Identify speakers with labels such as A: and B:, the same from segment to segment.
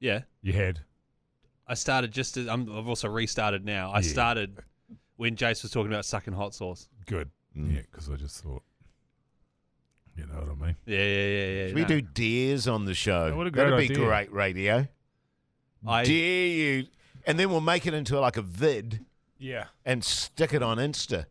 A: Yeah.
B: You had.
A: I started just as I'm, I've also restarted now. I
B: Yeah.
A: started when Jace was talking about sucking hot sauce.
B: Good.
C: Mm.
B: Yeah, because I just thought, you know what I mean?
A: Yeah, yeah, yeah, yeah.
C: Should we
A: no.
C: do deers on the show?
B: Oh, what a great
C: That'd be
B: idea.
C: great radio.
A: I,
C: Dare you? And then we'll make it into like a vid
B: Yeah.
C: and stick it on Insta.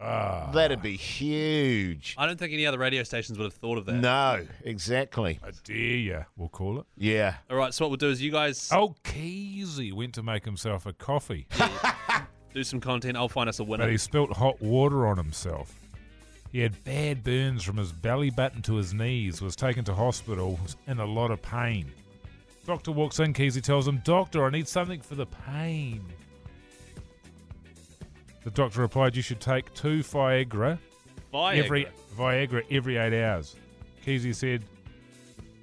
B: Ah,
C: That'd be huge.
A: I don't think any other radio stations would have thought of that.
C: No, exactly.
B: I dare ya, we'll call it.
C: Yeah.
A: All right, so what we'll do is you guys
B: Oh, Keezy went to make himself a coffee,
A: do some content. I'll find us a
B: but
A: winner.
B: he spilt hot water on himself. He had bad burns from his belly button to his knees, was taken to hospital, was in a lot of pain. Doctor walks in, Keezy tells him, Doctor, I need something for the pain. The doctor replied, You should take two Viagra
A: Viagra.
B: every Viagra every eight hours. Keezy said,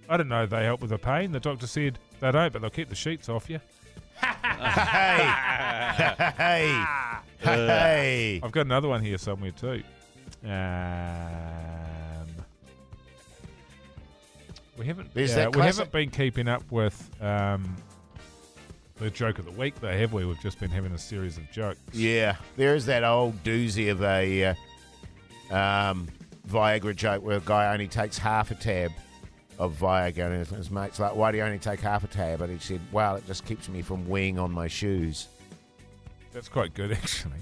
B: I don't know, they help with the pain. The doctor said, They don't, but they'll keep the sheets off you.
C: Hey. hey.
A: Uh,
C: Hey.
B: I've got another one here somewhere too. Um, we haven't
C: There's
B: uh,
C: that
B: we haven't
C: classic-
B: been keeping up with um, the joke of the week though, have we? We've just been having a series of jokes.
C: Yeah. There is that old doozy of a uh, um, Viagra joke where a guy only takes half a tab of Viagra and his, his mate's like, why do you only take half a tab? And he said, well, it just keeps me from weeing on my shoes.
B: That's quite good actually.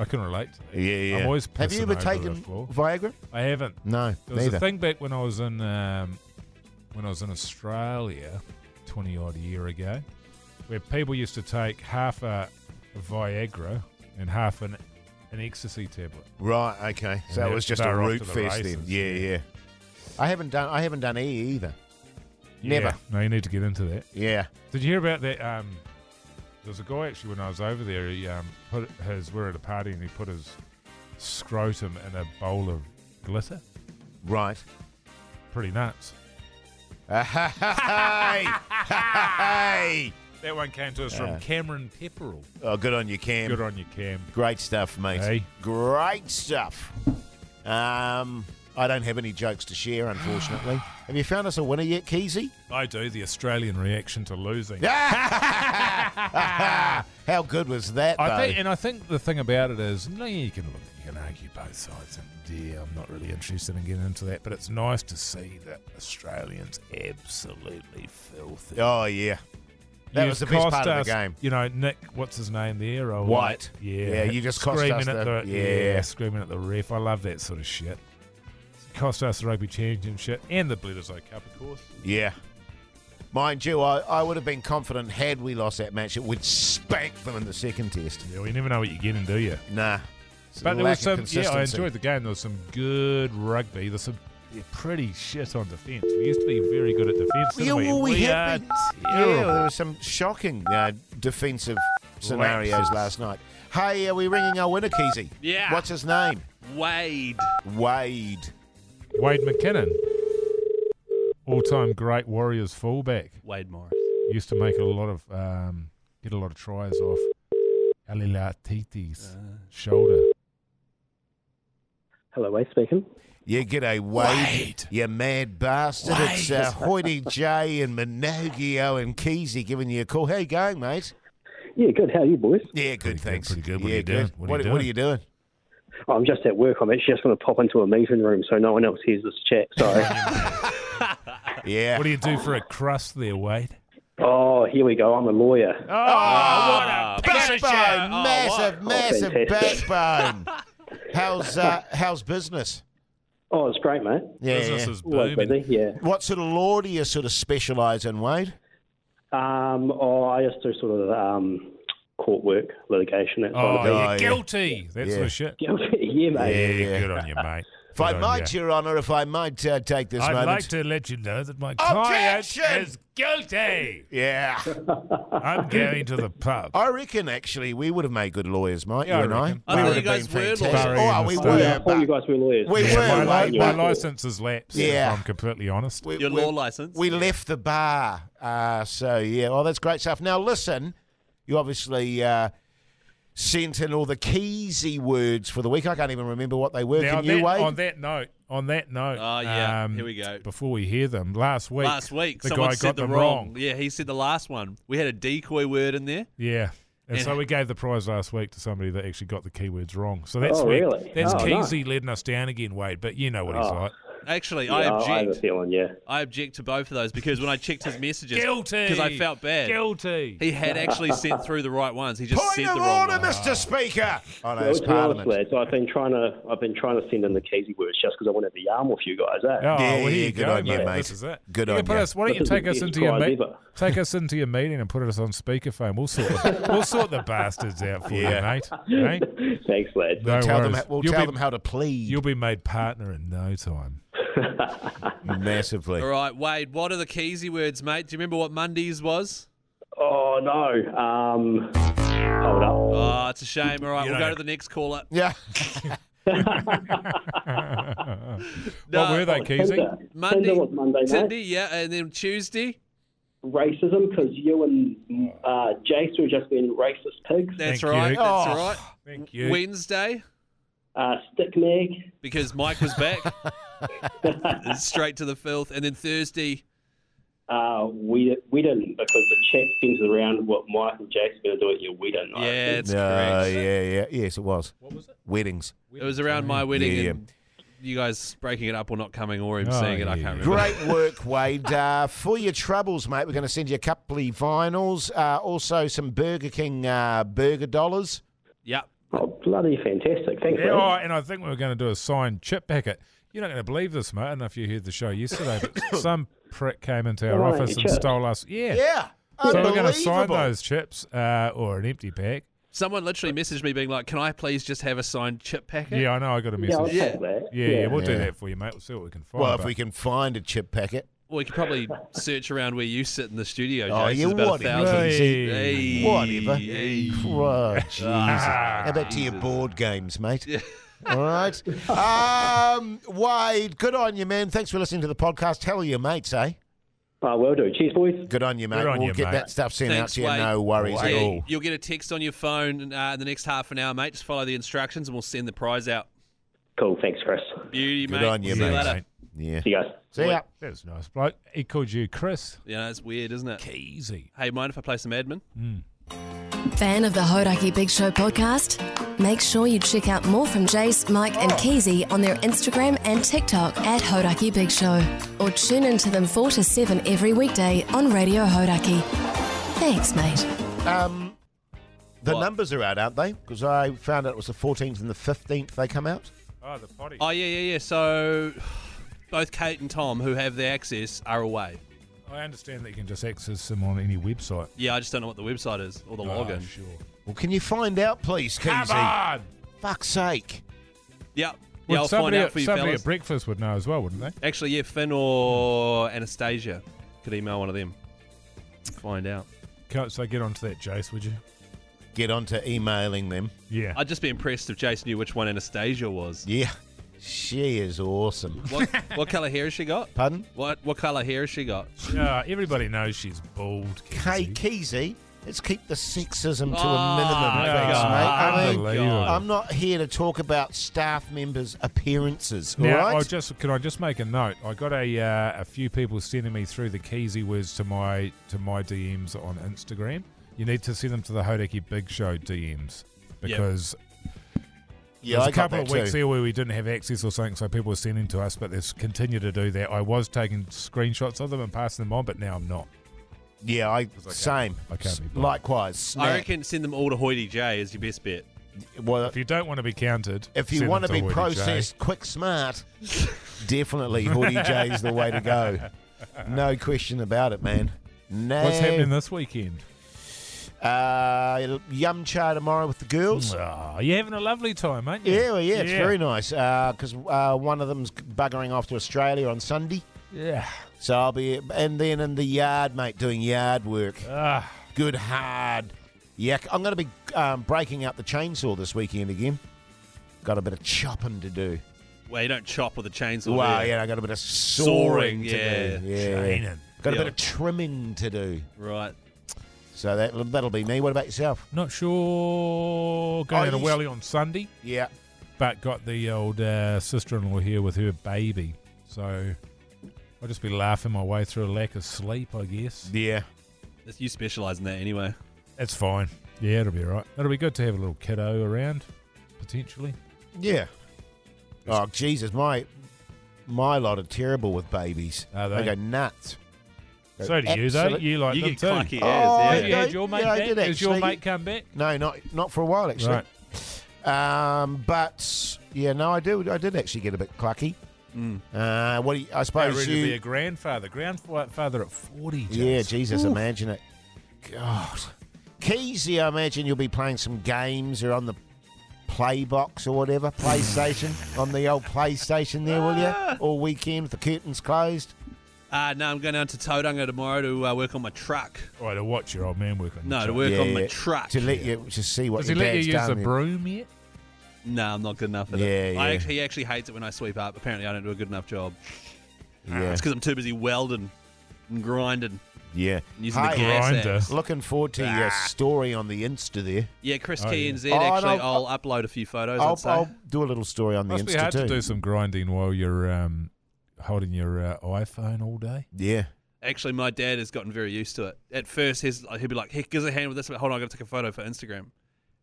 B: I can relate to that.
C: Yeah, yeah.
B: I'm always
C: Have you
B: pissing
C: ever
B: over the
C: taken
B: floor.
C: Viagra?
B: I haven't.
C: No,
B: There was
C: neither.
B: a thing back when I was in um, when I was in Australia, twenty odd year ago, where people used to take half a Viagra and half an an ecstasy tablet.
C: Right. Okay. So
B: Yeah,
C: it was just a
B: they're off
C: root
B: to the
C: fest then.
B: races,
C: Yeah,
B: yeah.
C: yeah. I haven't done. I haven't done E either. Never.
B: Yeah. No, you need to get into that.
C: Yeah.
B: Did you hear about that? Um, there was a guy actually when I was over there. He um, put his. We are at a party and he put his scrotum in a bowl of glitter.
C: Right.
B: Pretty nuts.
C: hey. hey.
B: That one came to us
C: Yeah.
B: from Cameron Pepperell.
C: Oh, good on you, Cam.
B: Good on you, Cam.
C: Great stuff, mate.
B: Hey.
C: Great stuff. Um, I don't have any jokes to share, unfortunately. have you found us a winner yet, Keezy?
B: I do the Australian reaction to losing.
C: How good was that?
B: I
C: though?
B: think, and I think the thing about it is, no, you can look, you can argue both sides, and yeah, I'm not really interested in getting into that. But it's nice to see that Australians absolutely filthy.
C: oh yeah. That
B: You've
C: was the best
B: cost
C: part of the
B: us-
C: game.
B: You know, Nick, what's his name there? Oh,
C: White.
B: Yeah,
C: Yeah, you just cost
B: screaming
C: us
B: at
C: the-
B: the,
C: yeah.
B: screaming at the ref. I love that sort of shit. Cost us the rugby championship and the Bledisloe Cup, of course.
C: Yeah. Mind you, I, I would have been confident had we lost that match, it would spank them in the second test.
B: Yeah, we never know what you're getting, do you?
C: Nah. It's
B: But
C: a
B: there
C: lack
B: was some.
C: of
B: Yeah, I
C: consistency.
B: enjoyed the game. There was some good rugby. There's some yeah, pretty shit on defence. We used to be very good at defence.
C: Yeah,
B: didn't we?
C: well, we
B: are
C: had been- Yeah,
B: terrible.
C: there were some shocking uh, defensive scenarios
B: Lapses.
C: last night. Hey, are we ringing our winner, Keezy?
A: Yeah.
C: What's his name?
A: Wade.
C: Wade.
B: Wade McKinnon, all-time great Warriors fullback,
A: Wade Morris.
B: used to make a lot of um, get a lot of tries off Alilatiti's shoulder.
D: Hello, Wade speaking.
C: Yeah, g'day, Wade.
B: Wade.
C: You mad bastard. It's uh, Hoity J and Minogio and Keezy giving you a call. How you going, mate?
D: Yeah, good. How are you, boys?
C: Yeah, good,
B: Pretty good,
C: thanks.
B: pretty good. What are
C: yeah,
B: you doing? What are you
C: what are you doing?
D: Oh, I'm just at work. I'm actually just going to pop into a meeting room so no one else hears this chat. Sorry.
C: Yeah.
B: What do you do for a crust there, Wade?
D: oh, here we go. I'm a lawyer.
A: Oh, what a
C: backbone, Ah, massive, massive
D: Oh, fantastic.
C: backbone. how's uh, how's business?
D: Oh, it's great, mate.
C: Yeah.
B: Business is
D: Always
B: booming.
D: busy. Yeah.
C: What sort of law do you sort of specialise in, Wade?
D: Um, oh, I just do sort of um, court work, litigation, that
B: Oh,
D: sort of
C: yeah.
B: you're guilty. That sort of shit.
D: thing. yeah, mate.
B: Yeah,
C: Yeah.
B: good on you, mate.
C: If I
B: Good on ya.
C: might, Your Honour, if I might uh, take this
B: Oh, I'd
C: moment.
B: like to let you know that my client
C: Objection!
B: is guilty.
C: Yeah.
B: I'm going to the pub.
C: I reckon, actually, we would have made good lawyers, mate,
B: Yeah, I
C: you and I.
B: reckon.
A: I
C: we
A: thought
C: would
A: you
C: have
A: guys
C: been
A: were
C: fantastic.
B: lawyers.
C: Oh, we
B: Yeah,
C: were.
D: I thought you
C: but
D: guys were lawyers.
C: We
B: Yeah,
C: were,
B: my,
C: mate,
B: li- my
C: but-
B: license is lapsed.
C: Yeah.
B: If I'm completely honest.
C: we-
A: Your
C: we-
A: law license?
C: We left the bar. Uh, so, yeah. Well, that's great stuff. Now, listen, you obviously uh, sent in all the keysy words for the week. I can't even remember what they were.
B: now,
C: Can
B: on
C: you,
B: that,
C: Wade?
B: on that note, on that note, um,
A: Oh, yeah. Here we go.
B: Before we hear them, last week,
A: Last week,
B: the
A: someone
B: guy
A: said
B: got
A: the
B: them
A: wrong. Yeah, he said the last one. We had a decoy word in there.
B: Yeah. And
A: And-
B: so we gave the prize last week to somebody that actually got the keywords wrong. So that's
D: Oh,
B: week-
D: really?
B: that's
D: Oh, nice.
B: Keezy letting us down again, Wade. But you know what he's
D: Oh.
B: like.
A: Actually,
D: Yeah,
A: I
D: I have a
A: object.
D: feeling, yeah.
A: I object to both of those because when I checked his messages,
B: Guilty.
A: because I felt bad.
B: Guilty.
A: He had actually sent through the right ones. He just
C: Point
A: said
C: of
A: the wrong
C: order,
A: one.
C: Mr. Speaker. Oh, no,
D: Well,
C: it's
D: to be honest,
C: Parliament.
D: lads, I've been trying to I've been trying to send in the Keezy words just because I want to have the arm off you guys. Eh?
B: Oh, well,
C: Yeah,
B: here
C: yeah,
B: you
C: good
B: go,
C: on you,
B: mate.
C: mate.
B: This is it.
C: Good
B: You
C: on
B: can put
C: you.
B: Us, why don't you
D: This is
B: take
D: the
B: us
D: best
B: into your
D: prize
B: meet,
D: ever.
B: take us into your meeting and put us on speakerphone. We'll sort we'll sort the bastards out for
C: Yeah.
B: you, mate. Okay?
D: Thanks, lads.
B: No
C: tell them,
B: worries.
C: we'll
B: You'll
C: tell
B: be-
C: them how to plead
B: You'll be made partner in no time.
C: massively.
A: All right, Wade. What are the Keezy words, mate? Do you remember what Mondays was?
D: Oh no. Um, hold up.
A: Oh, it's a shame. All right,
B: You
A: we'll go
B: don't-
A: to the next caller.
C: Yeah.
B: what
A: No.
B: were they, Keezy?
D: Tinder.
A: Monday,
D: Tinder was Monday night.
A: Tindy, yeah, and then Tuesday.
D: Racism, because you and uh, Jace were just being racist pigs.
A: That's
B: Thank you.
A: right. That's
C: Oh,
A: right.
B: Thank you.
A: Wednesday,
D: Uh, stick meg.
A: because Mike was back. Straight to the filth, and then Thursday.
D: Uh, we we didn't because the chat centers around what Mike and Jace were going to do at your wedding. I
A: Yeah,
D: think.
A: it's
C: Uh,
A: correct.
C: yeah, yeah. Yes, it was.
B: What was it?
C: Weddings.
A: It was around my wedding
C: Yeah, yeah.
A: and you guys breaking it up or not coming or him
B: Oh,
A: seeing it. I
B: yeah,
A: can't remember.
B: yeah.
C: Great work, Wade. Uh, for your troubles, mate, we're going to send you a couple of vinyls, uh, also some Burger King uh, burger dollars.
A: Yeah.
D: Oh, bloody fantastic! Thanks,
B: Yeah,
D: man.
B: oh, and I think we are going to do a signed chip packet. You're not going to believe this, mate. I don't know if you heard the show yesterday, but some prick came into our
D: Right,
B: office and
D: chips.
B: stole us. Yeah.
C: Yeah,
B: So we're going to sign
C: unbelievable.
B: those chips uh, or an empty pack.
A: Someone literally messaged me being like, "Can I please just have a signed chip packet?"
B: Yeah, I know. I got a
D: Yeah, I'll
B: message. Yeah,
D: take
A: Yeah.
D: that.
B: yeah, we'll do
C: Yeah.
B: that for you, mate. We'll see what we can find.
C: Well, if
B: but-
C: we can find a chip packet.
A: Well, you could probably search around where you sit in the studio.
C: Oh,
A: Jace.
C: you
A: There's about a
C: what?
A: thousand.
B: Hey.
A: Hey.
C: Whatever.
A: Hey.
C: Oh, Jesus.
A: Ah.
C: How about to your board games, mate? All right. Um, Wade, good on you, man. Thanks for listening to the podcast. Tell your mates, eh?
D: Oh, well done. Cheers, boys.
C: Good on you, mate.
B: Good on
C: we'll
B: you,
C: get
B: mate.
C: that stuff sent out
A: Thanks,
C: to you.
A: Wade.
C: No worries at
A: Yeah,
C: all.
A: You'll get a text on your phone uh, in the next half an hour, mate. Just follow the instructions and we'll send the prize out.
D: Cool. Thanks, Chris.
A: Beauty,
C: Good
A: mate.
C: on you,
A: See
C: mate.
A: You later.
B: mate.
C: Yeah.
D: See you guys.
C: See ya.
B: That's nice, bloke. He called you Chris.
A: Yeah, it's weird, isn't it?
B: Easy.
A: Hey, mind if I play some admin?
E: Fan of the Hodaki Big Show podcast? Make sure you check out more from Jace, Mike, and Keezy on their Instagram and TikTok at Hodaki Big Show. Or tune in to them 4 to 7 every weekday on Radio Hodaki. Thanks, mate.
C: Um, the
A: What?
C: numbers are out, aren't they? Because I found out it was the 14th and the 15th they come out.
B: Oh, the potty.
A: Oh, yeah, yeah, yeah. So both Kate and Tom, who have the access, are away.
B: I understand that you can just access them on any website.
A: Yeah, I just don't know what the website is or the
B: Oh,
A: login.
B: sure.
C: Well, can you find out, please,
B: Come
C: Keezy?
B: on!
C: Fuck's sake.
A: Yeah,
B: Would
A: yeah, I'll find
B: somebody,
A: out
B: at,
A: for you,
B: somebody
A: fellas.
B: at breakfast would know as well, wouldn't they?
A: Actually, yeah, Finn or Anastasia could email one of them. Find out.
B: Can't, so get onto that, Jace, would you?
C: Get on to emailing them.
B: Yeah.
A: I'd just be impressed if Jason knew which one Anastasia was.
C: Yeah. She is awesome.
A: What, what color hair has she got?
C: Pardon?
A: What what color hair has she got?
B: Uh, everybody knows she's bald.
C: Hey,
B: Kizzy.
C: Keezy, let's keep the sexism to a
A: Ah,
C: minimum,
A: yeah.
C: thanks, mate. I mean,
B: Oh, Unbelievable.
C: I'm not here to talk about staff members' appearances, all right?
B: Now, I just can I just make a note? I got a uh, a few people sending me through the Keezy words to my to my DMs on Instagram. You need to send them to the Hodaki Big Show DMs because
C: yeah,
B: there was
C: I
B: a couple of weeks
C: too.
B: there where we didn't have access or something, so people were sending to us, but they've continued to do that. I was taking screenshots of them and passing them on, but now I'm not.
C: Yeah, I, same.
B: I can't be bothered.
C: Likewise.
A: I
C: Snap.
A: reckon send them all to Hoity J is your best bet.
C: well,
B: If you don't want to be counted,
C: if you
B: send
C: want to
B: them
C: be
B: Hoity J.
C: processed quick smart, definitely Hoodie J is the way to go. No question about it, man. No.
B: what's happening this weekend?
C: Uh, it'll- yum cha tomorrow with the girls.
B: Oh, you're having a lovely time, aren't you?
C: Yeah, well, yeah, it's very nice because uh, one of them's buggering off to Australia on Sunday.
B: Yeah.
C: So I'll be, and then in the yard, mate, doing yard work.
B: Ah,
C: Good hard. Yeah, I'm going to be um, breaking out the chainsaw this weekend again. Got a bit of chopping to do.
A: Well, you don't chop with a chainsaw.
C: Wow,
A: do you?
C: yeah, I got a bit of sawing,
A: Sawing,
C: to
A: yeah.
C: do. Yeah, yeah.
B: Chaining.
C: got a
A: Yeah.
C: bit of trimming to do.
A: Right.
C: So that that'll be me. What about yourself?
B: Not sure.
C: Oh,
B: Going to
C: you-
B: Welly on Sunday.
C: Yeah,
B: but got the old uh, sister-in-law here with her baby. So I'll just be laughing my way through a lack of sleep, I guess.
C: Yeah.
A: That's- You specialise in that anyway.
B: That's fine. Yeah, it'll be all right. It'll be good to have a little kiddo around, potentially.
C: Yeah. Oh Jesus, my my lot are terrible with babies.
B: Are
C: They
B: they?
C: go nuts. Go
B: So do you, though.
C: absolute-
B: You like
A: you
B: them
A: get
B: too.
A: clucky
C: Oh,
A: as,
B: Have
A: yeah.
B: you
C: yeah.
B: had your mate
C: Yeah, I
B: back?
C: did
B: Has your
C: actually.
B: mate come back?
C: No, not not for a while actually.
B: Right.
C: Um, but yeah, no, I do. I did actually get a bit clucky. Uh, what do you, I
B: How
C: suppose
B: ready
C: you?
B: to be a grandfather. Grandfather at 40,
C: yeah,
B: James.
C: Jesus, imagine it. God, Keezy, I imagine you'll be playing some games or on the Playbox or whatever PlayStation on the old PlayStation there, will you? All weekend with the curtains closed.
A: Uh, no, I'm going down to Tauranga tomorrow to uh, work on my truck.
B: Right, to watch your old man work on
A: No,
B: the
A: to
B: job.
A: work
C: Yeah,
A: on my
C: yeah.
A: truck.
C: to let you to see what
B: Does he
C: your
B: let you
C: dad's
B: use
C: done.
B: the broom yet?
A: No, I'm not good enough at it.
C: Yeah,
A: I
C: yeah.
A: actually, he actually hates it when I sweep up. Apparently, I don't do a good enough job.
C: yeah,
A: It's because I'm too busy welding and grinding.
C: yeah.
A: Using
C: Hey,
A: the gas
B: Grinder.
A: axe.
C: looking forward to your story on the Insta there.
A: Yeah, Chris
B: Oh, yeah.
A: Key and Z.
C: Oh, and
A: actually,
C: I'll-
A: I'll, upload a few photos.
C: I'll,
A: I'd say.
C: I'll do a little story on the
B: Must be
C: Insta
B: hard
C: too.
B: to do some grinding while you're um, holding your uh, iPhone all day.
C: Yeah,
A: Actually, my dad has gotten very used to it. At first, his, he'd be like, "Hey, give us a hand with this." But hold on, I got to take a photo for Instagram.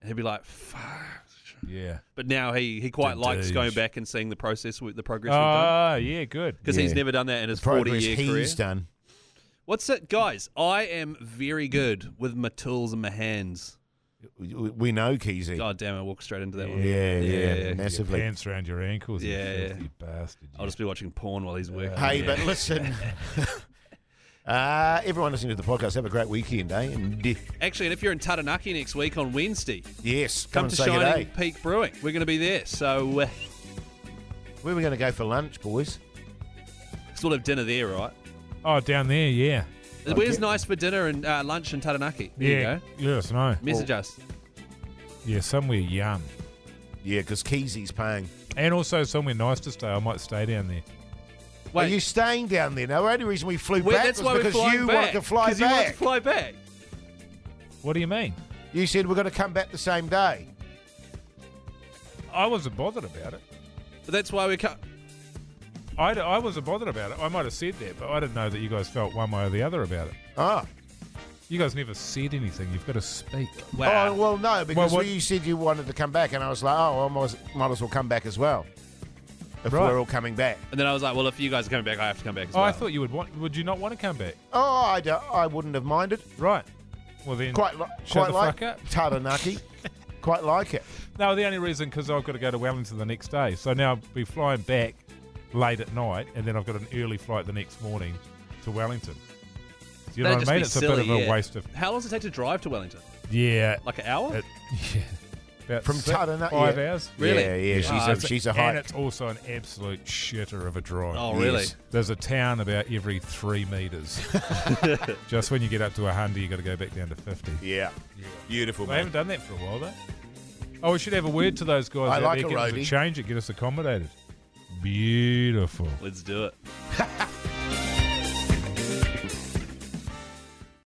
A: And he'd be like, "Fuck."
B: Yeah.
A: But now he he quite likes
B: Indeed.
A: going back and seeing the process, with the progress we've done,
B: Ah, yeah, good.
A: because he's
C: yeah.
A: never done that in his
C: progress
A: forty-year career.
C: he's done.
A: What's it, guys? I am very good with my tools and my hands.
C: We- We know Keezy.
A: God damn, I walked straight into that
C: yeah,
A: one.
C: yeah,
A: yeah.
B: Your
C: massively.
B: pants around your ankles, you
A: Yeah,
B: filthy bastard.
A: I'll just be watching porn while he's working.
C: Hey,
A: Oh, Yeah.
C: but listen. Uh, everyone listening to the podcast, have a great weekend, eh? And eh,
A: actually, and if you're in Taranaki next week on Wednesday,
C: yes, come,
A: come,
C: and
A: to
C: say good
A: Shining
C: day.
A: Peak Brewing. We're going to be there, so uh,
C: Where are we going to go for lunch, boys?
A: sort of dinner there, right?
B: oh, down there, yeah.
A: Where's nice for dinner and uh, lunch in Taranaki? There you
B: yeah,
A: go.
B: let us know.
A: Message us.
B: Yeah, somewhere yum.
C: Yeah, because Keezy's paying.
B: And also somewhere nice to stay. I might stay down there.
C: Are
A: Wait,
C: you staying down there? No, the only reason we flew
A: wait,
C: back
A: that's
C: was
A: why we're
C: because
A: flying
C: you
A: back.
C: wanted to fly
A: 'cause you wanted to
C: back.
A: fly back.
B: What do you mean?
C: You said we're going to come back the same day.
B: I wasn't bothered about it.
A: But that's why we're. Co-
B: I, d- I wasn't bothered about it. I might have said that, but I didn't know that you guys felt one way or the other about it.
C: Oh,
B: You guys never said anything. You've got to speak.
A: wow.
C: oh well, no, because
B: what-
C: you said you wanted to come back, and I was like, oh, well, I might- might as well come back as well. If
B: Right.
C: we're all coming back.
A: and then I was like, well, if you guys are coming back, I have to come back as
B: Oh,
A: well.
B: I thought you would want. Would you not want to come back?
C: Oh, I, don't- I wouldn't have minded.
B: Right. Well then,
C: Quite, li-
B: shut
C: quite
B: the
C: like
B: fuck up.
C: Taranaki. quite like it.
B: No, the only reason because I've got to go to Wellington the next day, so now I'll be flying back late at night, and then I've got an early flight the next morning to Wellington. Do you know
A: That'd
B: what
A: just
B: I mean?
A: be
B: It's
A: silly,
B: a bit of a
A: yeah.
B: waste of
A: How long does it take to drive to Wellington?
B: yeah,
A: Like an hour?
B: it, yeah. About
C: From
B: six,
C: Taranaki,
B: five
C: yeah.
B: hours.
A: Really?
C: Yeah, yeah. She's
B: Ah,
C: a,
B: it's
C: she's a
B: and
C: hike.
B: it's also an absolute shitter of a drive.
A: oh, really?
C: yes.
B: There's a town about every three meters. Just when you get up to hundred, you got to go back down to fifty.
C: Yeah. Beautiful.
B: I haven't done that for a while though. Oh, we should have a word to those guys.
C: I
B: out
C: like
B: there.
C: a
B: Get us
C: roadie.
B: change it. Get us accommodated. Beautiful.
A: Let's do it.